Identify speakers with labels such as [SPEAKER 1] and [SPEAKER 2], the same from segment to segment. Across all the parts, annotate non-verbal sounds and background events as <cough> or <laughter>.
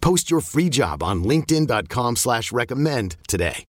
[SPEAKER 1] Post your free job on linkedin.com slash recommend today.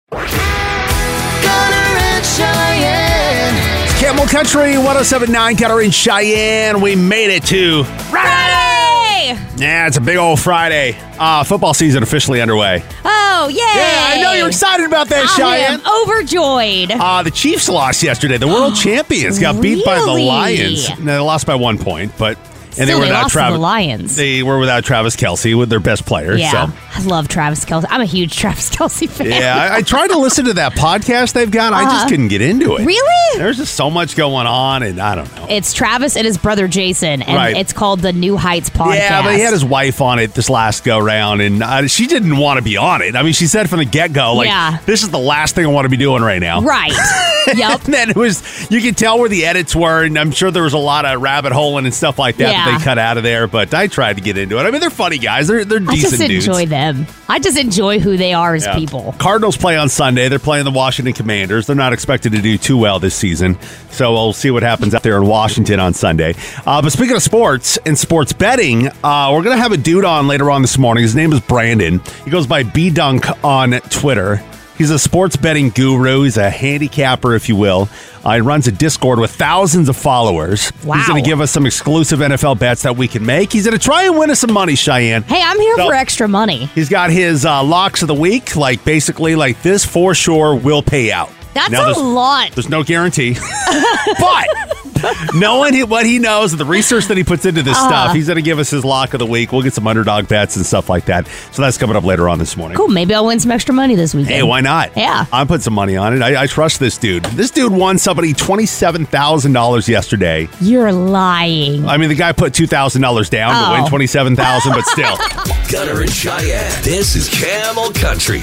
[SPEAKER 2] Camel Country 1079 Kettering in Cheyenne. We made it to
[SPEAKER 3] Friday!
[SPEAKER 2] Yeah, it's a big old Friday. Uh, football season officially underway.
[SPEAKER 3] Oh, yay!
[SPEAKER 2] Yeah, I know you're excited about that,
[SPEAKER 3] I am Oh.
[SPEAKER 2] Cheyenne.
[SPEAKER 3] overjoyed.
[SPEAKER 2] Uh, the Chiefs lost yesterday. The
[SPEAKER 3] <gasps>
[SPEAKER 2] world champions got beat by the
[SPEAKER 3] Really?
[SPEAKER 2] Lions. Now, they lost by one point, but and they
[SPEAKER 3] Still,
[SPEAKER 2] were
[SPEAKER 3] they
[SPEAKER 2] without
[SPEAKER 3] lost to the
[SPEAKER 2] Travis.
[SPEAKER 3] Lions.
[SPEAKER 2] They were without Travis Kelsey with their best player.
[SPEAKER 3] yeah,
[SPEAKER 2] So.
[SPEAKER 3] I love Travis Kelsey. I'm a huge <laughs> Travis Kelsey fan.
[SPEAKER 2] Yeah, I, I tried to listen to that podcast they've got. I just couldn't get into it.
[SPEAKER 3] Uh-huh. Really?
[SPEAKER 2] There's just so much going on, and I don't know.
[SPEAKER 3] <laughs> It's Travis and his brother Jason, and
[SPEAKER 2] Right.
[SPEAKER 3] it's called the New Heights Podcast.
[SPEAKER 2] Yeah, but he had his wife on it this last go round, and uh, she didn't want to be on it. I mean, she said from the get go, like,
[SPEAKER 3] Yeah.
[SPEAKER 2] this is the last thing I want to be doing right now. <laughs>
[SPEAKER 3] <laughs> right. yep.
[SPEAKER 2] And then it was, you could tell where the edits were, and I'm sure there was a lot of rabbit holing and stuff like that that
[SPEAKER 3] Yeah.
[SPEAKER 2] they cut out of there, but I tried to get into it. I mean, they're funny guys, they're, they're
[SPEAKER 3] I
[SPEAKER 2] decent
[SPEAKER 3] just
[SPEAKER 2] dudes.
[SPEAKER 3] enjoy them. I just enjoy who they are as
[SPEAKER 2] Yeah.
[SPEAKER 3] people.
[SPEAKER 2] Cardinals play on Sunday. They're playing the Washington Commanders. They're not expected to do too well this season, so we'll see what happens out there in Washington on Sunday. Uh, but speaking of sports and sports betting, uh, we're going to have a dude on later on this morning. His name is Brandon. He goes by B Dunk on Twitter. He's a sports betting guru. He's a handicapper, if you will. Uh, he runs a Discord with thousands of followers. He's
[SPEAKER 3] Wow.
[SPEAKER 2] going to give us some exclusive NFL bets that we can make. He's going to try and win us some money, Cheyenne.
[SPEAKER 3] Hey, I'm here
[SPEAKER 2] So-
[SPEAKER 3] for extra money.
[SPEAKER 2] He's got his uh, locks of the week, like basically like this for sure will pay out.
[SPEAKER 3] That's
[SPEAKER 2] Now,
[SPEAKER 3] a
[SPEAKER 2] there's-
[SPEAKER 3] lot.
[SPEAKER 2] There's no guarantee, <laughs> but knowing he- what he knows and the research that he puts into this
[SPEAKER 3] Uh-huh.
[SPEAKER 2] stuff, he's going to give us his lock of the week. We'll get some underdog bets and stuff like that. So that's coming up later on this morning.
[SPEAKER 3] Cool. Maybe I'll win some extra money this weekend.
[SPEAKER 2] Hey, why not?
[SPEAKER 3] Yeah.
[SPEAKER 2] I'm putting some money on it. I, I trust this dude. This dude won somebody twenty seven thousand dollars yesterday.
[SPEAKER 3] You're lying.
[SPEAKER 2] I mean, the guy put two thousand dollars down
[SPEAKER 3] Oh.
[SPEAKER 2] to win twenty seven thousand, but
[SPEAKER 3] <laughs>
[SPEAKER 2] still.
[SPEAKER 4] Gunner and Cheyenne. This is Camel Country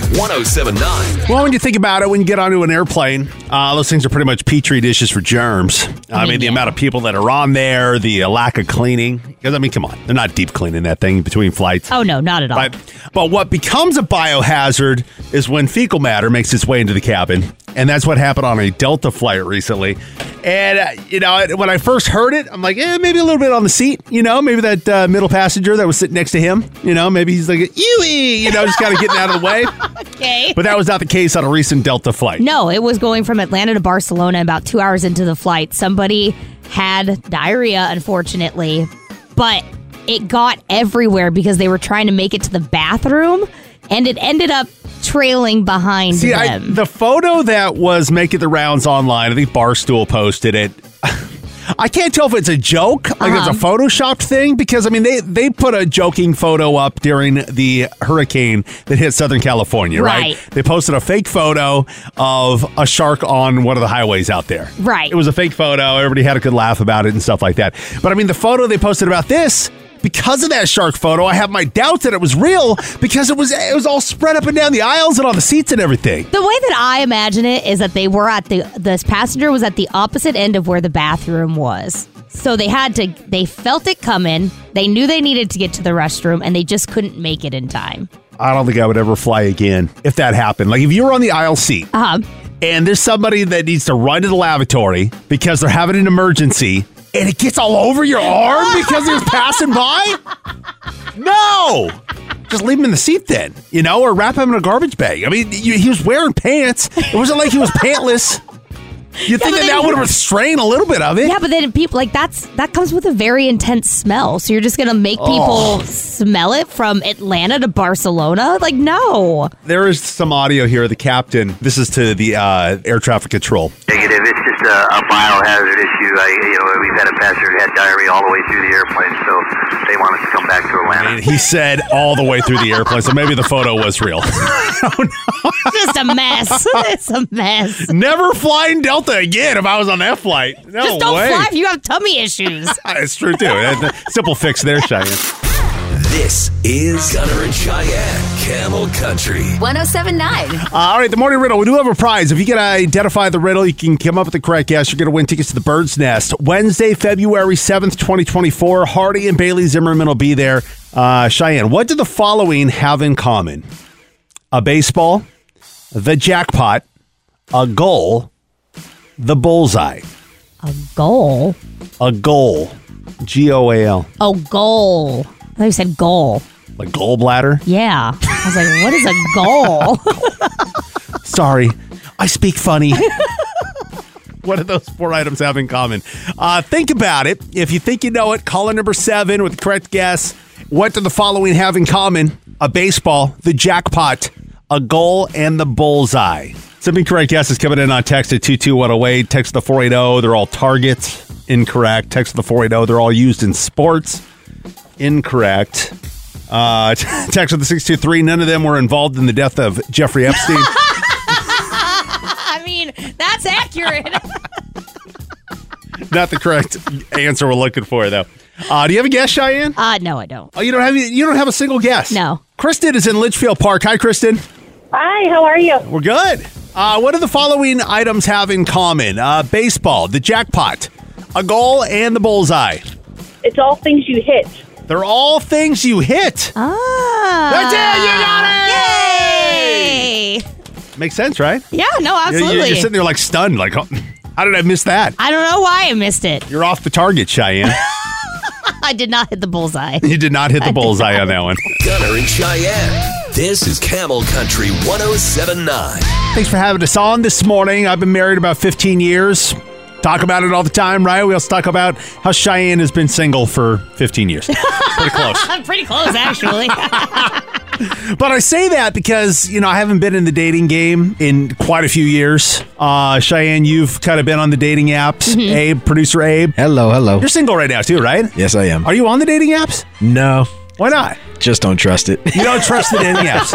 [SPEAKER 4] 1079.
[SPEAKER 2] Well, when you think about it, when you get onto an airplane, uh, those things are pretty much petri dishes for germs. I, mean,
[SPEAKER 3] mean,
[SPEAKER 2] the
[SPEAKER 3] yeah.
[SPEAKER 2] amount of people that are on there, the uh, lack of cleaning. Because, I mean, come on, they're not deep cleaning that thing between flights.
[SPEAKER 3] oh, no, not at all.
[SPEAKER 2] But, but what becomes a biohazard is when fecal matter makes its way into the cabin. And that's what happened on a Delta flight recently. And, uh, you know, it- when I first heard it, I'm like, eh, maybe a little bit on the seat. You know, maybe that uh, middle passenger that was sitting next to him, you know, maybe he's like, ewie, you know, just kind of getting out of the way.
[SPEAKER 3] okay.
[SPEAKER 2] But that was not the case on a recent Delta flight.
[SPEAKER 3] No, it was going from Atlanta to Barcelona. About two hours into the flight, somebody had diarrhea, unfortunately, but it got everywhere because they were trying to make it to the bathroom and it ended up trailing behind
[SPEAKER 2] See, I,
[SPEAKER 3] them.
[SPEAKER 2] the photo that was making the rounds online, I think Barstool posted it. <laughs> I can't tell if it's a joke, like
[SPEAKER 3] Uh-huh.
[SPEAKER 2] it's a photoshopped thing, because I mean they they put a joking photo up during the hurricane that hit Southern California, right?
[SPEAKER 3] Right.
[SPEAKER 2] They posted a fake photo of a shark on one of the highways out there.
[SPEAKER 3] Right.
[SPEAKER 2] It was a fake photo. Everybody had a good laugh about it and stuff like that. But I mean the photo they posted about this because of that shark photo, I have my doubts that it was real because it was it was all spread up and down the aisles and on the seats and everything.
[SPEAKER 3] the way that I imagine it is that they were at the this passenger was at the opposite end of where the bathroom was. So they had to they felt it coming. They knew they needed to get to the restroom and they just couldn't make it in time.
[SPEAKER 2] I don't think I would ever fly again if that happened. Like if you were on the aisle seat
[SPEAKER 3] Um
[SPEAKER 2] and there's somebody that needs to run to the lavatory because they're having an emergency and it gets all over your arm because it was passing by? No! Just leave him in the seat then, you know, or wrap him in a garbage bag. I mean, you, he was wearing pants. It wasn't like he was pantless. You think
[SPEAKER 3] but
[SPEAKER 2] that
[SPEAKER 3] then
[SPEAKER 2] that
[SPEAKER 3] you-
[SPEAKER 2] would restrain a little bit of it?
[SPEAKER 3] <laughs> Yeah, but then people like that's that comes with a very intense smell. So you're just gonna make
[SPEAKER 2] Oh.
[SPEAKER 3] people smell it from Atlanta to Barcelona? Like, no.
[SPEAKER 2] There is some audio here. of The captain. This is to the uh, air traffic control.
[SPEAKER 5] Negative. It's just a, a biohazard issue. I, you know, we've had a passenger who had diarrhea all the way through the airplane, so they want us to come back to Atlanta.
[SPEAKER 2] And he said all the way through the airplane, so maybe the photo was real. <laughs>
[SPEAKER 3] Just a mess. <laughs> it's a mess.
[SPEAKER 2] Never flying Delta again. If I was on that flight, no
[SPEAKER 3] just don't
[SPEAKER 2] way. Ah,
[SPEAKER 3] fly if you have tummy issues.
[SPEAKER 2] It's true
[SPEAKER 3] <laughs>
[SPEAKER 2] too. Simple fix there, Cheyenne.
[SPEAKER 4] This is Gunner and Cheyenne, Camel Country.
[SPEAKER 6] 1079.
[SPEAKER 2] Uh, all right, the morning riddle. We do have a prize. If you can identify the riddle, you can come up with the correct guess. You're going to win tickets to the Bird's Nest Wednesday, February seventh, twenty twenty four. Hardy and Bailey Zimmerman will be there. Uh, Cheyenne, what do the following have in common? A baseball, the jackpot, a goal, the bullseye,
[SPEAKER 3] a goal.
[SPEAKER 2] a goal, G O A L,
[SPEAKER 3] Oh, goal. I thought you said goal.
[SPEAKER 2] like gallbladder.
[SPEAKER 3] Yeah. I was like, what is
[SPEAKER 2] <laughs>
[SPEAKER 3] a goal?
[SPEAKER 2] Sorry, I speak funny. what do those four items have in common? Uh, think about it. If you think you know it, caller number seven with the correct guess. What do the following have in common? A baseball, the jackpot, a goal, and the bullseye. Some incorrect guesses coming in on text at 22108. Text the 480. They're all targets. Incorrect. Text the 480. They're all used in sports incorrect. Uh, <laughs> text of the 623, none of them were involved in the death of Jeffrey Epstein.
[SPEAKER 3] I mean, that's
[SPEAKER 2] <laughs>
[SPEAKER 3] accurate.
[SPEAKER 2] Not the correct answer we're looking for, though. Uh, do you have a guess, Cheyenne?
[SPEAKER 3] Uh, no, I don't.
[SPEAKER 2] Oh, you don't have any- you don't have a single guess.
[SPEAKER 3] No.
[SPEAKER 2] Kristen is in Litchfield Park. Hi, Kristen.
[SPEAKER 7] Hi, how are you?
[SPEAKER 2] We're good. Uh, what do the following items have in common? Uh, baseball, the jackpot, a goal, and the bullseye.
[SPEAKER 7] It's all things you hit.
[SPEAKER 2] They're all things you hit.
[SPEAKER 3] Ah.
[SPEAKER 2] That's it. You got it.
[SPEAKER 3] Yay.
[SPEAKER 2] Makes sense, right?
[SPEAKER 3] Yeah,
[SPEAKER 2] You're-
[SPEAKER 3] no,
[SPEAKER 2] you're-
[SPEAKER 3] absolutely.
[SPEAKER 2] You're, sitting there like stunned, like, "Oh, how did I miss that?
[SPEAKER 3] I don't know why I missed it.
[SPEAKER 2] You're off the target, Cheyenne. <laughs>
[SPEAKER 3] <laughs> I did not hit the bullseye.
[SPEAKER 2] you did not hit the bullseye on that one.
[SPEAKER 4] Gunner and Cheyenne. This is Camel Country 1079.
[SPEAKER 2] Thanks for having us on this morning. I've been married about 15 years. Talk about it all the time, right? We also talk about how Cheyenne has been single for 15 years. Pretty close.
[SPEAKER 3] <laughs> I'm pretty close, <laughs> actually.
[SPEAKER 2] But I say that because, you know, I haven't been in the dating game in quite a few years. Uh, Cheyenne, you've kind of been on the dating apps. Abe, producer Abe.
[SPEAKER 8] Hello, hello.
[SPEAKER 2] You're single right now, too, right?
[SPEAKER 8] Yes, I am.
[SPEAKER 2] Are you on the dating apps?
[SPEAKER 8] No,
[SPEAKER 2] Why not?
[SPEAKER 8] just don't trust it. <laughs>
[SPEAKER 2] You don't trust the dating apps.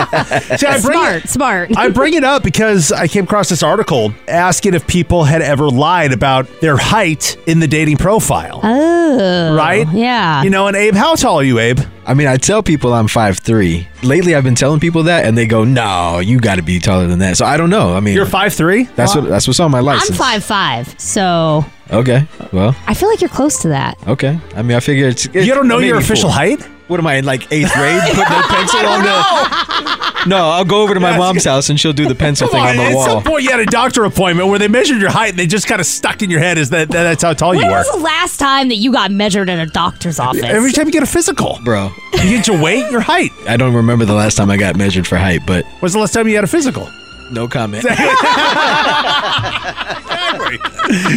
[SPEAKER 2] See, I bring
[SPEAKER 3] smart,
[SPEAKER 2] It,
[SPEAKER 3] smart.
[SPEAKER 2] I bring it up because I came across this article asking if people had ever lied about their height in the dating profile.
[SPEAKER 3] <laughs> oh.
[SPEAKER 2] right?
[SPEAKER 3] Yeah.
[SPEAKER 2] You know, and Abe, how tall are you, Abe?
[SPEAKER 8] I mean, I tell people I'm 5'3. Lately, I've been telling people that, and they go, no, you got to be taller than that. So I don't know. I mean,
[SPEAKER 2] You're five three.
[SPEAKER 8] that's, what, that's what's on my
[SPEAKER 3] I'm
[SPEAKER 8] license.
[SPEAKER 3] five five, so
[SPEAKER 8] Okay. Well,
[SPEAKER 3] I feel like you're close to that.
[SPEAKER 8] okay. I mean, I figure it's. it's
[SPEAKER 2] You don't know
[SPEAKER 8] I'm
[SPEAKER 2] your
[SPEAKER 8] meaningful.
[SPEAKER 2] official height?
[SPEAKER 8] What am I in, like
[SPEAKER 2] <laughs>
[SPEAKER 8] eighth grade? Putting a pencil on the. <laughs> No, I'll go over to my mom's house and she'll do the pencil thing on the
[SPEAKER 2] at some
[SPEAKER 8] wall.
[SPEAKER 2] point you had a doctor appointment where they measured your height and they just kind of stuck in your head is that that- that's how tall you
[SPEAKER 3] When
[SPEAKER 2] are.
[SPEAKER 3] was the last time that you got measured at a doctor's office?
[SPEAKER 2] Every time you get a physical,
[SPEAKER 8] Bro,
[SPEAKER 2] you get your weight, your height.
[SPEAKER 8] I don't remember the last time I got measured for height, but
[SPEAKER 2] When's the last time you had a physical?
[SPEAKER 8] no comment.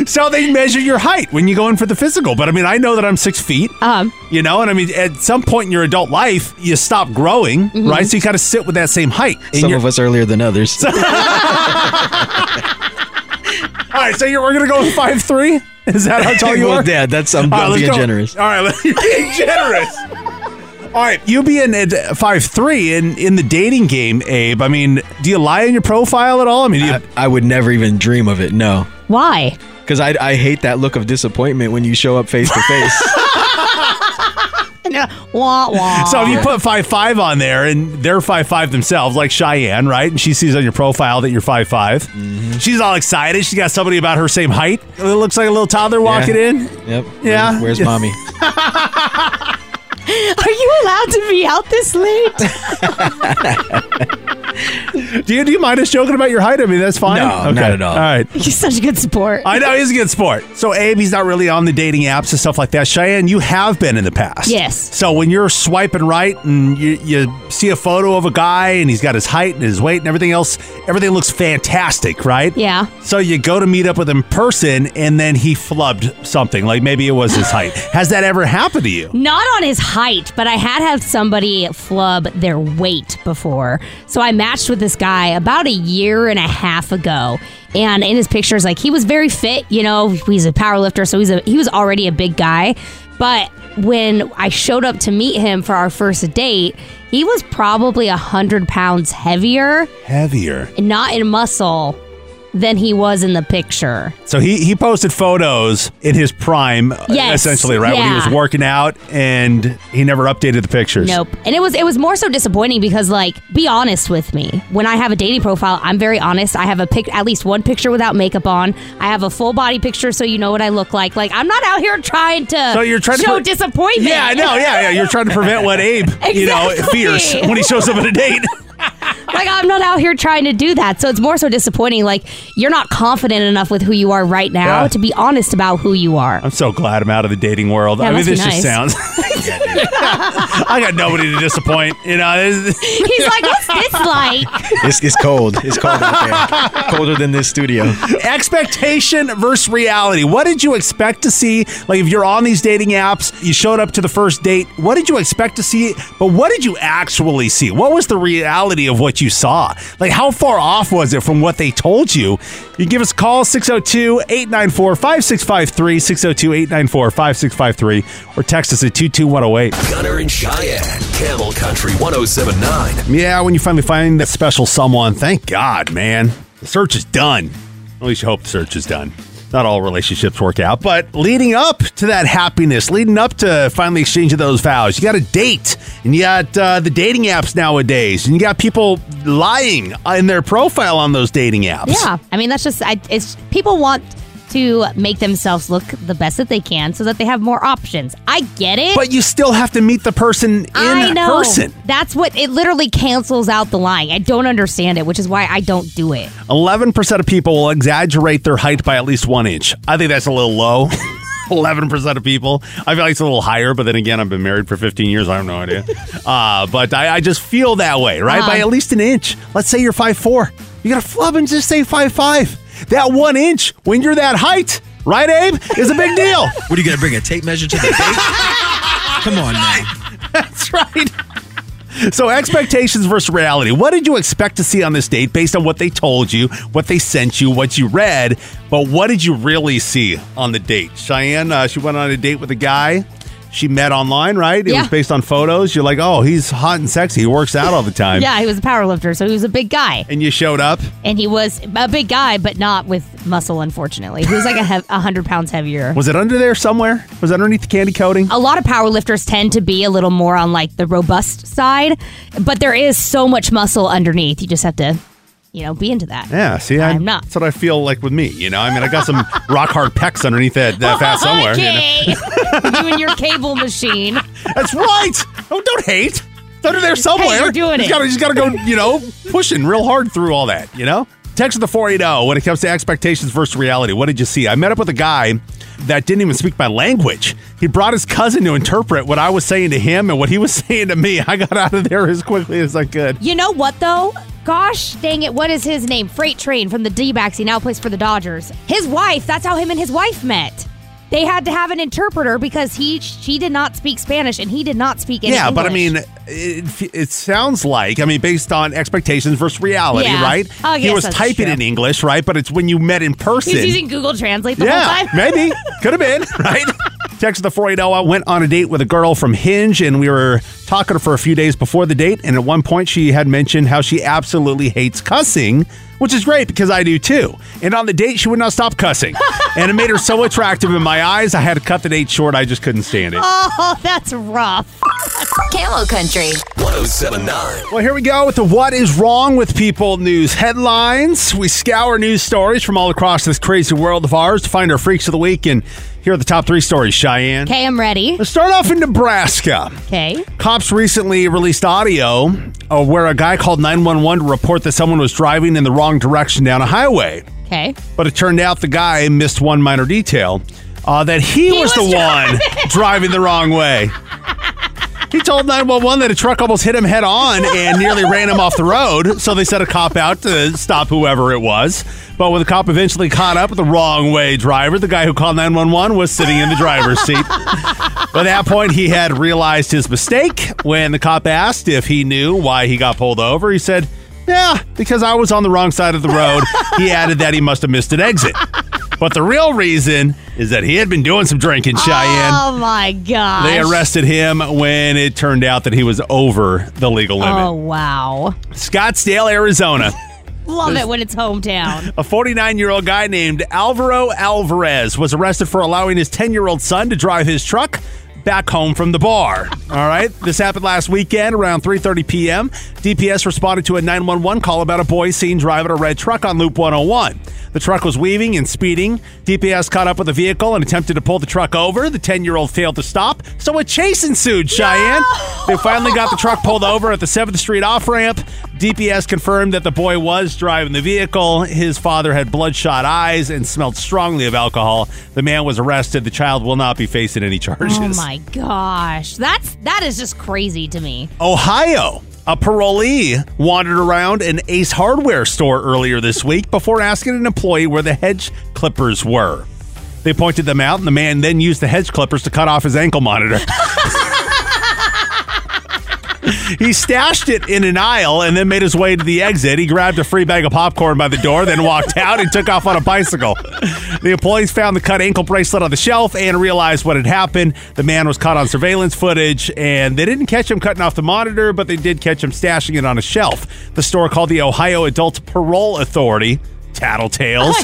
[SPEAKER 2] so they measure your height when you go in for the physical. But I mean, I know that I'm six feet.
[SPEAKER 3] um,
[SPEAKER 2] You know, and I mean, at some point in your adult life, you stop growing, right? So you kind of sit with that same height. And
[SPEAKER 8] Some
[SPEAKER 2] you're-
[SPEAKER 8] of us earlier than others.
[SPEAKER 2] all right, so you're, we're gonna go with five three. Is that how
[SPEAKER 8] <laughs>
[SPEAKER 2] tall you
[SPEAKER 8] well,
[SPEAKER 2] are?
[SPEAKER 8] Dad, that's I'm,
[SPEAKER 2] All
[SPEAKER 8] I'm
[SPEAKER 2] let's
[SPEAKER 8] being
[SPEAKER 2] go.
[SPEAKER 8] generous.
[SPEAKER 2] All right, <laughs> let's- you're being generous. All right, you being at five three in in the dating game, Abe. I mean, do you lie in your profile at all? I mean, do you,
[SPEAKER 8] I, I would never even dream of it. No,
[SPEAKER 3] why?
[SPEAKER 8] because I I hate that look of disappointment when you show up face to <laughs> face.
[SPEAKER 3] No. Wah wah.
[SPEAKER 2] so if you put five five on there and they're five five themselves, like Cheyenne, right? And she sees on your profile that you're five
[SPEAKER 8] Mm-hmm.
[SPEAKER 2] She's all excited. She's got somebody about her same height. It looks like a little toddler walking in.
[SPEAKER 8] Yep.
[SPEAKER 2] Yeah.
[SPEAKER 8] Where's, where's mommy?
[SPEAKER 3] <laughs> Are you allowed to be out this late?
[SPEAKER 2] <laughs> Do you, do you mind us joking about your height? I mean, that's fine.
[SPEAKER 8] No, not at all.
[SPEAKER 2] All right.
[SPEAKER 3] He's such a good sport.
[SPEAKER 2] I know he's a good sport. So Abe, he's not really on the dating apps and stuff like that. Cheyenne, you have been in the past.
[SPEAKER 3] Yes.
[SPEAKER 2] So when you're swiping right and you, you see a photo of a guy and he's got his height and his weight and everything else, everything looks fantastic, right?
[SPEAKER 3] Yeah.
[SPEAKER 2] So you go to meet up with him in person and then he flubbed something, like maybe it was his
[SPEAKER 3] <laughs>
[SPEAKER 2] height. Has that ever happened to you?
[SPEAKER 3] Not on his height, but I had had somebody flub their weight before. So I matched with this guy about a year and a half ago. And in his pictures, like he was very fit, you know, he's a power lifter, so he's a he was already a big guy. But when I showed up to meet him for our first date, he was probably a hundred pounds heavier,
[SPEAKER 2] Heavier.
[SPEAKER 3] not in muscle, than he was in the picture.
[SPEAKER 2] So he, he posted photos in his prime, uh,
[SPEAKER 3] Yes.
[SPEAKER 2] essentially, right? When he was
[SPEAKER 3] Yeah.
[SPEAKER 2] working out and he never updated the pictures.
[SPEAKER 3] Nope. And it was it was more so disappointing because like be honest with me. When I have a dating profile, I'm very honest. I have a pic at least one picture without makeup on. I have a full body picture so you know what I look like. Like I'm not out here trying to
[SPEAKER 2] So you're trying to
[SPEAKER 3] show
[SPEAKER 2] pre-
[SPEAKER 3] disappointment.
[SPEAKER 2] Yeah, I know. Yeah, yeah. You're trying to prevent what Abe, you know,
[SPEAKER 3] Exactly.
[SPEAKER 2] fears when he shows up at a
[SPEAKER 3] <laughs>
[SPEAKER 2] date.
[SPEAKER 3] <laughs> like I'm not out here trying to do that. So it's more so disappointing like you're not confident enough with who you are right now
[SPEAKER 2] Yeah.
[SPEAKER 3] to be honest about who
[SPEAKER 2] <laughs>
[SPEAKER 3] you are.
[SPEAKER 2] I'm so glad I'm out of the dating world.
[SPEAKER 3] Yeah,
[SPEAKER 2] I mean,
[SPEAKER 3] must be
[SPEAKER 2] this just
[SPEAKER 3] nice.
[SPEAKER 2] sounds. <laughs> I got nobody to disappoint. You know, this-
[SPEAKER 3] He's like, "What's this like?"
[SPEAKER 8] It's, it's cold. It's cold out <laughs> there. Colder than this studio.
[SPEAKER 2] expectation versus reality. What did you expect to see? Like, if you're on these dating apps, you showed up to the first date. What did you expect to see? But what did you actually see? What was the reality of what you saw? Like, how far off was it from what they told you? You can give us a call 602 894 5653, 602 894 5653, or text us at 22108.
[SPEAKER 4] Gunner and Cheyenne, Camel Country 1079.
[SPEAKER 2] Yeah, when you finally find that special someone, thank God, man. The search is done. At least you hope the search is done. Not all relationships work out, but leading up to that happiness, leading up to finally exchanging those vows, you got a date, and you got uh, the dating apps nowadays, and you got people lying in their profile on those dating apps.
[SPEAKER 3] Yeah, I mean that's just I, it's people want to make themselves look the best that they can so that they have more options. I get it.
[SPEAKER 2] But you still have to meet the person in
[SPEAKER 3] I know.
[SPEAKER 2] person.
[SPEAKER 3] That's what it literally cancels out the lying. I don't understand it, which is why I don't do it.
[SPEAKER 2] 11% of people will exaggerate their height by at least one inch. I think that's a little low. 11% of people. I feel like it's a little higher, but then again, I've been married for 15 years. I have no idea. Uh, but I, I just feel that way, right?
[SPEAKER 3] Uh-huh.
[SPEAKER 2] By at least an inch. Let's say you're 5'4. You got to flub and just say 5'5. That one inch, when you're that height, right, Abe, is a big deal.
[SPEAKER 8] What are you going to bring a tape measure to the <laughs> date? Come on, man.
[SPEAKER 2] That's right. So, expectations versus reality. What did you expect to see on this date based on what they told you, what they sent you, what you read? But what did you really see on the date? Cheyenne, uh, she went on a date with a guy she met online, right? It
[SPEAKER 3] Yeah.
[SPEAKER 2] was based on photos. You're like, oh, he's hot and sexy. He works out all the time.
[SPEAKER 3] Yeah, he was a power lifter, so he was a big guy,
[SPEAKER 2] And you showed up.
[SPEAKER 3] and he was a big guy, but not with muscle. Unfortunately, he was like a hev- a hundred pounds heavier.
[SPEAKER 2] Was it under there somewhere? Was it underneath the candy coating?
[SPEAKER 3] a lot of power lifters tend to be a little more on like the robust side, but there is so much muscle underneath. You just have to, you know, be into that.
[SPEAKER 2] Yeah, see, I,
[SPEAKER 3] I'm not.
[SPEAKER 2] That's what I feel like with me. You know, I mean, I got some <laughs> rock hard pecs underneath that,
[SPEAKER 3] <laughs>
[SPEAKER 2] that fat somewhere. you know?
[SPEAKER 3] Okay. <laughs> you and your cable machine.
[SPEAKER 2] That's right. Oh, don't hate. It's under there somewhere.
[SPEAKER 3] you're doing
[SPEAKER 2] You
[SPEAKER 3] it.
[SPEAKER 2] gotta, you just got to go, you know, pushing real hard through all that, you know? Text the 480 when it comes to expectations versus reality. What did you see? I met up with a guy that didn't even speak my language. He brought his cousin to interpret what I was saying to him and what he was <laughs> saying to me. I got out of there as quickly as I could.
[SPEAKER 3] You know what though? Gosh dang it, what is his name? Freight Train from the D backs. He now plays for the Dodgers. His wife, that's how him and his wife met. They had to have an interpreter because he she did not speak Spanish and he did not speak any
[SPEAKER 2] yeah, but I
[SPEAKER 3] English.
[SPEAKER 2] mean, it, it sounds like I mean, based on expectations versus reality,
[SPEAKER 3] Yeah.
[SPEAKER 2] right?
[SPEAKER 3] I
[SPEAKER 2] he
[SPEAKER 3] guess
[SPEAKER 2] was
[SPEAKER 3] that's
[SPEAKER 2] typing
[SPEAKER 3] true.
[SPEAKER 2] in English, right? But it's when you met in person.
[SPEAKER 3] He was using Google Translate the
[SPEAKER 2] yeah,
[SPEAKER 3] <laughs> whole time.
[SPEAKER 2] maybe. oh Could have been, right? Text the 480. I went on a date with a girl from Hinge and we were talking to her for a few days before the date, and at one point she had mentioned how she absolutely hates cussing, which is great because I do too. And on the date, she would not stop cussing, and it made her so attractive in my eyes. I had to cut the date short. I just couldn't stand it.
[SPEAKER 3] Oh, that's rough.
[SPEAKER 9] Camel Country.
[SPEAKER 4] 1079.
[SPEAKER 2] Well, here we go with the What is Wrong with People news headlines. We scour news stories from all across this crazy world of ours to find our freaks of the week. And here are the top three stories, Cheyenne.
[SPEAKER 3] Okay, I'm ready.
[SPEAKER 2] Let's start off in Nebraska.
[SPEAKER 3] Okay.
[SPEAKER 2] Cops recently released audio of where a guy called 911 to report that someone was driving in the wrong direction down a highway.
[SPEAKER 3] Okay.
[SPEAKER 2] But it turned out the guy missed one minor detail uh, that he, was,
[SPEAKER 3] was
[SPEAKER 2] the one <laughs> driving the wrong way. He told 911 that a truck almost hit him head on and nearly ran him off the road. So they sent a cop out to stop whoever it was. But when the cop eventually caught up with the wrong way driver, the guy who called 911 was sitting in the driver's seat. By that point, he had realized his mistake. When the cop asked if he knew why he got pulled over, he said, Yeah, because I was on the wrong side of the road. He added that he must have missed an exit. But the real reason is that he had been doing some drinking, Cheyenne.
[SPEAKER 3] Oh my god.
[SPEAKER 2] They arrested him when it turned out that he was over the legal limit.
[SPEAKER 3] Oh wow.
[SPEAKER 2] Scottsdale, Arizona.
[SPEAKER 3] Love it when it's hometown.
[SPEAKER 2] A 49 year old guy named Alvaro Alvarez was arrested for allowing his 10 year old son to drive his truck back home from the bar. <laughs> All right, this happened last weekend around 3:30 p.m. DPS responded to a 911 call about a boy seen driving a red truck on Loop 101. The truck was weaving and speeding. DPS caught up with the vehicle and attempted to pull the truck over. The 10-year-old failed to stop, so a chase ensued, Cheyenne. They finally got the truck pulled over at the 7th Street off-ramp. DPS confirmed that the boy was driving the vehicle. His father had bloodshot eyes and smelled strongly of alcohol. The man was arrested. The child will not be facing any charges.
[SPEAKER 3] Oh my gosh. That's that is just crazy to me. <laughs>
[SPEAKER 2] Ohio. A parolee wandered around an Ace Hardware store earlier this week before asking an employee where the hedge clippers were. They pointed them out, and the man then used the hedge clippers to cut off his ankle monitor. <laughs> he stashed it in an aisle and then made his way to the exit. He grabbed a free bag of popcorn by the door, then walked out and took off on a bicycle. The employees found the cut ankle bracelet on the shelf and realized what had happened. The man was caught on surveillance footage, and they didn't catch him cutting off the monitor, but they did catch him stashing it on a shelf. The store called the Ohio Adult Parole Authority. Tattletales.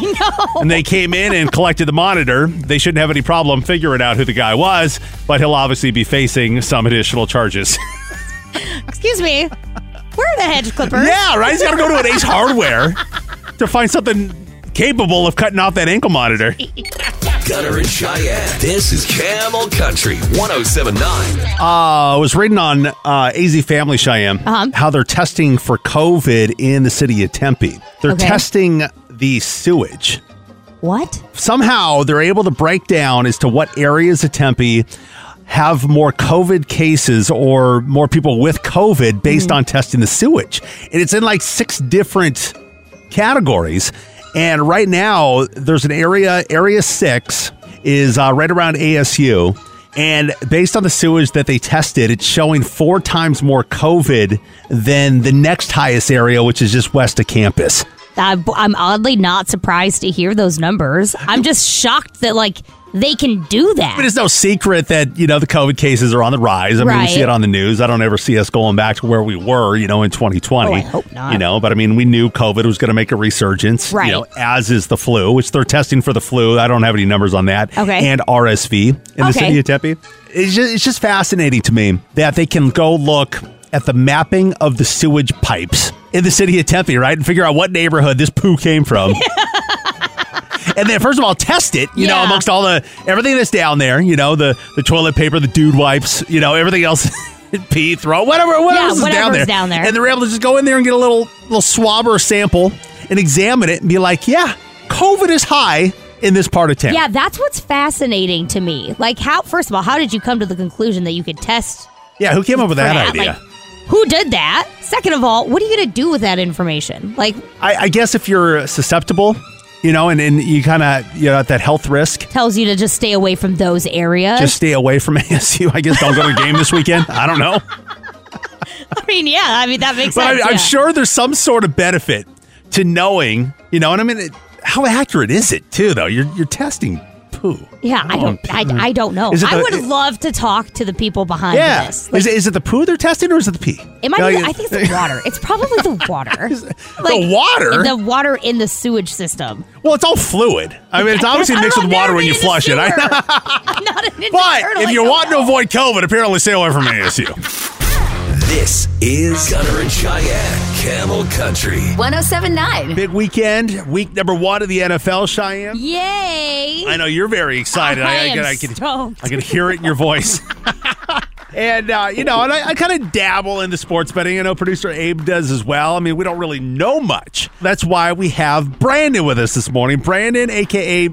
[SPEAKER 2] And they came in and collected the monitor. They shouldn't have any problem figuring out who the guy was, but he'll obviously be facing some additional charges.
[SPEAKER 3] Excuse me. Where are the hedge
[SPEAKER 2] <laughs>
[SPEAKER 3] clippers?
[SPEAKER 2] Yeah, right. He's got to go to an Ace Hardware to find something capable of cutting off that ankle monitor.
[SPEAKER 4] Gunner and Cheyenne. This is Camel Country 1079.
[SPEAKER 2] Uh, I was reading on uh, AZ Family Cheyenne
[SPEAKER 3] Uh-huh.
[SPEAKER 2] how they're testing for COVID in the city of Tempe. They're
[SPEAKER 3] Okay.
[SPEAKER 2] testing the sewage.
[SPEAKER 3] What?
[SPEAKER 2] Somehow they're able to break down as to what areas of Tempe have more COVID cases or more people with COVID based on testing the sewage. And it's in like six different categories. And right now, there's an area, Area 6 is uh, right around ASU. And based on the sewage that they tested, it's showing four times more COVID than the next highest area, which is just west of campus.
[SPEAKER 3] I, I'm oddly not surprised to hear those numbers. I'm just shocked that like they can do that.
[SPEAKER 2] I mean, it's no secret that, you know, the COVID cases are on the rise. I mean, we
[SPEAKER 3] Right.
[SPEAKER 2] see it on the news. I don't ever see us going back to where we were, you know, in 2020.
[SPEAKER 3] Oh, I hope not.
[SPEAKER 2] You know, but I mean, we knew COVID was going to make a resurgence,
[SPEAKER 3] Right.
[SPEAKER 2] you know, as is the flu, which they're testing for the flu. I don't have any numbers on that.
[SPEAKER 3] Okay.
[SPEAKER 2] And RSV in the
[SPEAKER 3] Okay.
[SPEAKER 2] city of Tempe. It's just, it's just fascinating to me that they can go look at the mapping of the sewage pipes in the city of Tempe, right? And figure out what neighborhood this poo came
[SPEAKER 3] <laughs>
[SPEAKER 2] from. and then first of all test it you know
[SPEAKER 3] Yeah.
[SPEAKER 2] amongst all the everything that's down there you know the the toilet paper the dude wipes you know everything else <laughs> pee throw whatever whatever
[SPEAKER 3] Yeah,
[SPEAKER 2] else is down
[SPEAKER 3] whatever's
[SPEAKER 2] there.
[SPEAKER 3] down there.
[SPEAKER 2] and they're able to just go in there and get a little little swab or sample and examine it and be like yeah covid is high in this part of town
[SPEAKER 3] yeah, that's what's fascinating to me. Like how first of all, how did you come to the conclusion that you could test
[SPEAKER 2] yeah who came up with that,
[SPEAKER 3] that?
[SPEAKER 2] idea
[SPEAKER 3] Like, who did that? Second of all, what are you going to do with that information? Like
[SPEAKER 2] I, I guess if you're susceptible you know and, and you kind of you know at that health risk
[SPEAKER 3] tells you to just stay away from those areas.
[SPEAKER 2] just stay away from <laughs> ASU. I guess don't go to the game this weekend. I don't know.
[SPEAKER 3] <laughs> I mean, yeah, I mean that makes
[SPEAKER 2] But I,
[SPEAKER 3] sense.
[SPEAKER 2] I'm
[SPEAKER 3] yeah.
[SPEAKER 2] sure there's some sort of benefit to knowing, you know, and I mean, it, how accurate is it too? Though you're you're testing who?
[SPEAKER 3] Yeah, I don't. I, I don't know.
[SPEAKER 2] Is it
[SPEAKER 3] I
[SPEAKER 2] the-
[SPEAKER 3] would love to talk to the people behind
[SPEAKER 2] yeah.
[SPEAKER 3] this.
[SPEAKER 2] is, it, is it the poo they're testing or is it the pee?
[SPEAKER 3] It might. be,
[SPEAKER 2] Like-
[SPEAKER 3] I think
[SPEAKER 2] <laughs>
[SPEAKER 3] it's the water. It's probably the water.
[SPEAKER 2] The water?
[SPEAKER 3] The water in the sewage system.
[SPEAKER 2] Well, it's all fluid. I mean, it's obviously
[SPEAKER 3] <laughs> I
[SPEAKER 2] mixed
[SPEAKER 3] don't
[SPEAKER 2] with
[SPEAKER 3] know,
[SPEAKER 2] water
[SPEAKER 3] I've
[SPEAKER 2] when you
[SPEAKER 3] never been in
[SPEAKER 2] flush
[SPEAKER 3] a
[SPEAKER 2] it. <laughs> I
[SPEAKER 3] sewer.
[SPEAKER 2] know.
[SPEAKER 3] <laughs> I'm not a ninja
[SPEAKER 2] But
[SPEAKER 3] turtle.
[SPEAKER 2] if
[SPEAKER 3] I
[SPEAKER 2] you
[SPEAKER 3] don't
[SPEAKER 2] want
[SPEAKER 3] know.
[SPEAKER 2] to avoid COVID, apparently stay away from
[SPEAKER 3] <laughs>
[SPEAKER 2] ASU.
[SPEAKER 4] This is Gunner and Cheyenne, Camel Country.
[SPEAKER 6] 1079.
[SPEAKER 2] Big weekend, week number one of the NFL, Cheyenne.
[SPEAKER 3] Yay!
[SPEAKER 2] I know you're very excited.
[SPEAKER 3] I am
[SPEAKER 2] can, can,
[SPEAKER 3] stoked.
[SPEAKER 2] I can hear it in your voice. <laughs> and, uh, you know, and I, I kind of dabble into sports betting. I know producer Abe does as well. I mean, we don't really know much. That's why we have Brandon with us this morning. Brandon, a.k.a.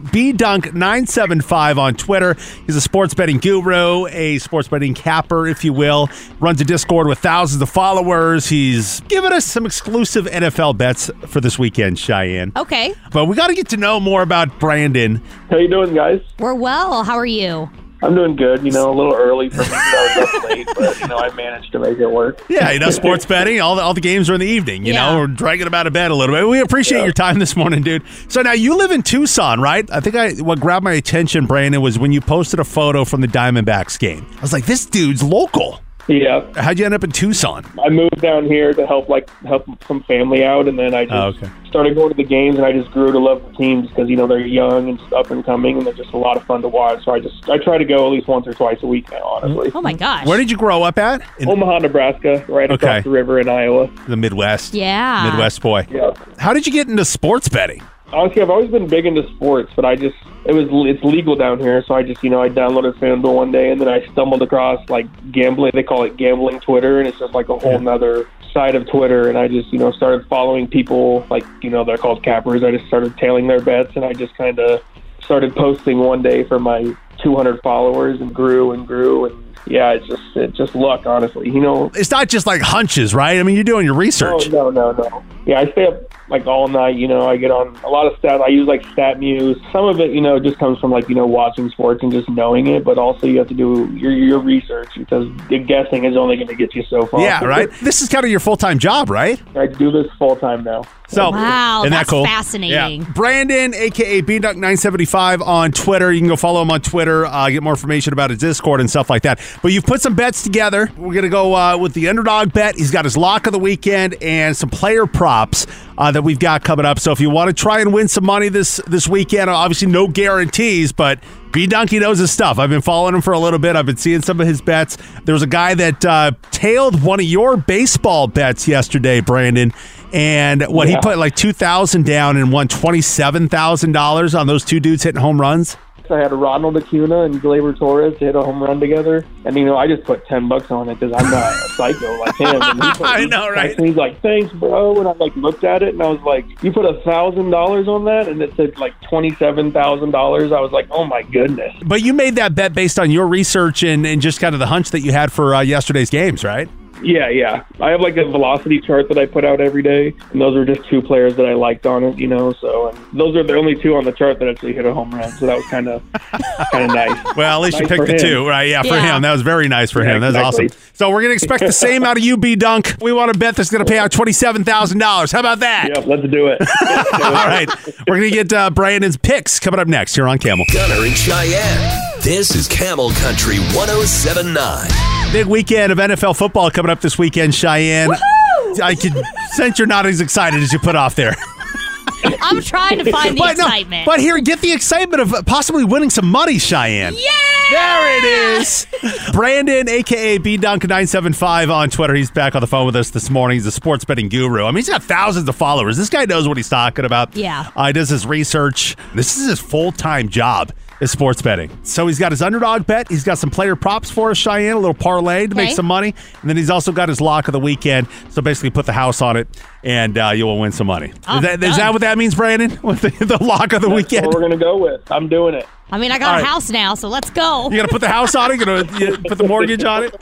[SPEAKER 2] BDunk975 on Twitter. He's a sports betting guru, a sports betting capper, if you will. Runs a Discord with thousands of followers. He's given us some exclusive NFL bets for this weekend, Cheyenne.
[SPEAKER 3] Okay,
[SPEAKER 2] But we got to get to know more about Brandon.
[SPEAKER 10] How you doing, guys?
[SPEAKER 3] we're well. How are you?
[SPEAKER 10] I'm doing good. You know, a little early for me. 'cause I was up late, but you know, I managed to make it work.
[SPEAKER 2] Yeah, you know, sports
[SPEAKER 3] <laughs>
[SPEAKER 2] betting. All the, all the games are in the evening. You
[SPEAKER 3] Yeah.
[SPEAKER 2] know, we're dragging them out of bed a little bit. We appreciate
[SPEAKER 10] Yeah.
[SPEAKER 2] your time this morning, dude. So now you live in Tucson, right? I think I what grabbed my attention, Brandon, was when you posted a photo from the Diamondbacks game. I was like, this dude's local.
[SPEAKER 10] Yeah,
[SPEAKER 2] How'd you end up in Tucson?
[SPEAKER 10] I moved down here to help like help some family out, and then I just
[SPEAKER 2] Oh, okay.
[SPEAKER 10] started going to the games, and I just grew to love the teams because you know they're young and up and coming, and they're just a lot of fun to watch. So I just I try to go at least once or twice a week now. Honestly,
[SPEAKER 2] Mm-hmm.
[SPEAKER 3] Oh my gosh!
[SPEAKER 2] Where did you grow up at?
[SPEAKER 3] Oh
[SPEAKER 2] In
[SPEAKER 10] Omaha, Nebraska, right
[SPEAKER 2] Okay.
[SPEAKER 10] across the river in Iowa.
[SPEAKER 2] the Midwest.
[SPEAKER 3] Yeah.
[SPEAKER 2] Midwest boy.
[SPEAKER 10] Yeah.
[SPEAKER 2] How did you get into sports betting?
[SPEAKER 10] honestly, I've always been big into sports, but I just it was it's legal down here, so I just you know I downloaded FanDuel one day, and then I stumbled across like gambling. They call it gambling Twitter, and it's just like a whole nother side of Twitter. And I just you know started following people like you know they're called cappers. I just started tailing their bets, and I just kind of started posting one day for my 200 followers, and grew and grew and. Yeah, it's just it's just luck, honestly. You know,
[SPEAKER 2] It's not just like hunches, right? I mean, you're doing your
[SPEAKER 10] Oh
[SPEAKER 2] research.
[SPEAKER 10] no, no, no. Yeah, I stay up like all night. You know, I get on a lot of stats. I use like StatMuse. Some of it, you know, just comes from like you know watching sports and just knowing it. But also, you have to do your your research because the guessing is only going to get you so far.
[SPEAKER 2] Yeah, right? This is kind of your full time job, right?
[SPEAKER 10] I do this full time now.
[SPEAKER 2] So
[SPEAKER 3] Wow,
[SPEAKER 2] isn't
[SPEAKER 3] that's
[SPEAKER 2] that cool?
[SPEAKER 3] fascinating.
[SPEAKER 2] Yeah. Brandon, aka BDuck975 on Twitter. You can go follow him on Twitter. Uh, get more information about his Discord and stuff like that. But you've put some bets together. We're gonna go uh, with the underdog bet. He's got his lock of the weekend and some player props uh, that we've got coming up. So if you want to try and win some money this this weekend, obviously no guarantees, but B Donkey knows his stuff. I've been following him for a little bit. I've been seeing some of his bets. There was a guy that uh, tailed one of your baseball bets yesterday, Brandon. And what he
[SPEAKER 10] Yeah.
[SPEAKER 2] put like two thousand down and won twenty seven thousand dollars on those two dudes hitting home runs.
[SPEAKER 10] So I had Ronald Acuna and Glaber Torres to hit a home run together, and you know I just put ten bucks on it because I'm not a psycho like him.
[SPEAKER 2] <laughs>
[SPEAKER 10] And he put-
[SPEAKER 2] I know, right?
[SPEAKER 10] And he's like, "Thanks, bro," and I like looked at it and I was like, "You put a thousand dollars on that," and it said like twenty seven thousand dollars. I was like, "Oh my goodness."
[SPEAKER 2] But you made that bet based on your research and, and just kind of the hunch that you had for uh, yesterday's games, right?
[SPEAKER 10] Yeah, yeah. I have like a velocity chart that I put out every day, and those are just two players that I liked on it, you know. So, and those are the only two on the chart that actually hit a home run. So that was kind of kind
[SPEAKER 2] <laughs>
[SPEAKER 10] of nice.
[SPEAKER 2] Well, at least you
[SPEAKER 10] Nice
[SPEAKER 2] picked
[SPEAKER 10] for
[SPEAKER 2] the
[SPEAKER 10] him.
[SPEAKER 2] two, right? Yeah, for
[SPEAKER 3] Yeah.
[SPEAKER 2] him. That was very nice for
[SPEAKER 10] Yeah,
[SPEAKER 2] him. That's
[SPEAKER 10] exactly.
[SPEAKER 2] awesome. So we're gonna expect the same out of you, B Dunk. We want a bet that's gonna pay out twenty seven thousand dollars. How about that?
[SPEAKER 10] Yep, let's do it.
[SPEAKER 2] <laughs> All right, we're gonna get uh, Brandon's picks coming up next here on Camel.
[SPEAKER 4] Gunner and Cheyenne. This is Camel Country 1079.
[SPEAKER 2] Big weekend of NFL football coming up this weekend, Cheyenne. I can sense you're not as excited as you put off there.
[SPEAKER 3] I'm trying
[SPEAKER 2] <laughs>
[SPEAKER 3] to find the
[SPEAKER 2] but
[SPEAKER 3] excitement.
[SPEAKER 2] No, but here, get the excitement of possibly winning some money, Cheyenne. Yeah! There it is. Brandon, aka BDunk975 on Twitter. He's back on the phone with us this morning. He's a sports betting guru. I mean, he's got thousands of followers. This guy knows what he's talking about.
[SPEAKER 3] Yeah.
[SPEAKER 2] Uh, he does his research. This is his full time job. Is sports betting. So he's got his underdog bet. He's got some player props for us, Cheyenne, a little parlay to make
[SPEAKER 3] Okay.
[SPEAKER 2] some money. And then he's also got his lock of the weekend. So basically, put the house on it and uh, you will win some money.
[SPEAKER 3] Oh,
[SPEAKER 2] is that, is
[SPEAKER 3] done.
[SPEAKER 2] that what that means, Brandon? <laughs> With the, the lock of the
[SPEAKER 10] That's
[SPEAKER 2] weekend?
[SPEAKER 10] what we're gonna go with. I'm doing it.
[SPEAKER 3] I mean, I got
[SPEAKER 2] All
[SPEAKER 3] a
[SPEAKER 2] right.
[SPEAKER 3] house now, so let's go.
[SPEAKER 2] You're going to put the house on it? You're going to put the mortgage on it?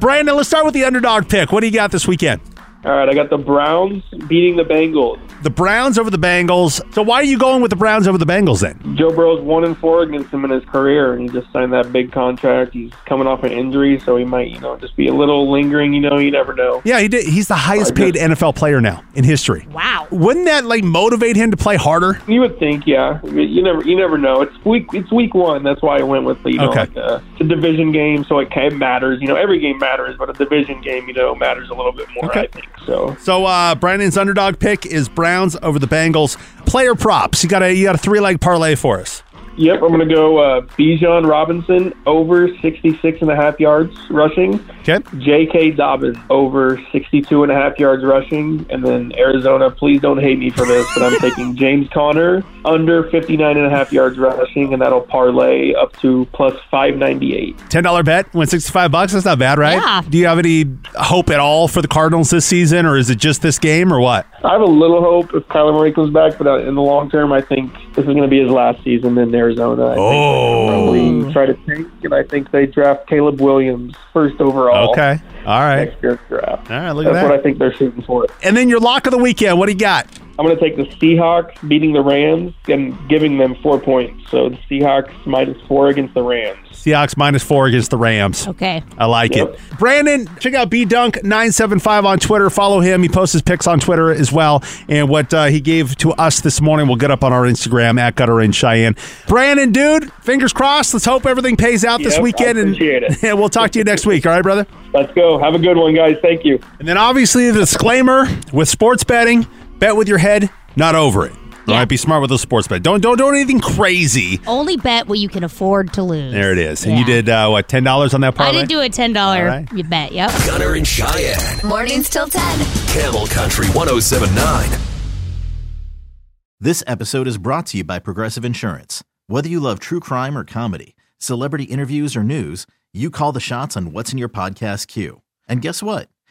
[SPEAKER 2] Brandon, let's start with the underdog pick. What do you got this weekend?
[SPEAKER 10] All right, I got the Browns beating the Bengals.
[SPEAKER 2] The Browns over the Bengals. So why are you going with the Browns over the Bengals then?
[SPEAKER 10] Joe Burrow's one and four against him in his career, and he just signed that big contract. He's coming off an injury, so he might, you know, just be a little lingering. You know, you never know.
[SPEAKER 2] Yeah, he did. He's the highest paid NFL player now in history.
[SPEAKER 3] Wow.
[SPEAKER 2] Wouldn't that like motivate him to play harder?
[SPEAKER 10] You would think, yeah. You never, you never know. It's week, it's week one. That's why I went with the, you know,
[SPEAKER 2] Okay.
[SPEAKER 10] like uh it's a division game, so it kind of matters. You know, every game matters, but a division game, you know, matters a little bit more. I think so.
[SPEAKER 2] So uh Brandon's underdog pick is Browns over the Bengals. Player props. You got a you got a three leg parlay for us.
[SPEAKER 10] Yep, I'm going to go uh, Bijan Robinson over 66 and a half yards rushing.
[SPEAKER 2] Okay.
[SPEAKER 10] J.K. Dobbins over 62 and a half yards rushing. And then Arizona, please don't hate me for this, but I'm taking James Conner under 59 and a half yards rushing, and that'll parlay up to plus 598.
[SPEAKER 2] Ten dollar bet, win sixty five bucks. That's not bad, right?
[SPEAKER 10] Yeah.
[SPEAKER 2] Do you have any hope at all for the Cardinals this season, or is it just this game, or what?
[SPEAKER 10] I have a little hope if Kyler Murray comes back, but uh, in the long term, I think this is going to be his last season in Arizona. I oh. think they probably try to tank, and I think they draft Caleb Williams first overall.
[SPEAKER 2] Okay. All right.
[SPEAKER 10] Next year's draft.
[SPEAKER 2] All right. Look at
[SPEAKER 10] That's
[SPEAKER 2] that.
[SPEAKER 10] what I think they're shooting for.
[SPEAKER 2] And then your lock of the weekend. What do you got?
[SPEAKER 10] I'm going to take the Seahawks beating the Rams and giving them four points. So the Seahawks minus four against the Rams.
[SPEAKER 2] Seahawks minus four against the Rams.
[SPEAKER 3] Okay.
[SPEAKER 2] I like it. Brandon, check out B Dunk 975 on Twitter. Follow him. He posts his picks on Twitter as well. And what uh, he gave to us this morning will get up on our Instagram at Gutter and Cheyenne. Brandon, dude, fingers crossed. Let's hope everything pays out this
[SPEAKER 10] Yep, I
[SPEAKER 2] weekend. <laughs>
[SPEAKER 10] appreciate
[SPEAKER 2] and, and we'll talk to you next week. All right, brother?
[SPEAKER 10] Let's go. Have a good one, guys. Thank you.
[SPEAKER 2] And then obviously the disclaimer with sports betting, bet with your head, not over it. All right, be smart with the sports bet. Don't don't don't anything crazy.
[SPEAKER 3] Only bet what you can afford to lose.
[SPEAKER 2] There it is. And you did uh, what, ten dollars on that parlay?
[SPEAKER 3] I did do a ten dollar
[SPEAKER 2] All right.
[SPEAKER 3] you bet. Yep.
[SPEAKER 4] Gunner and Cheyenne.
[SPEAKER 3] Mornings till ten.
[SPEAKER 4] Camel Country 1079.
[SPEAKER 6] This episode is brought to you by Progressive Insurance. Whether you love true crime or comedy, celebrity interviews or news, you call the shots on what's in your podcast queue. And guess what?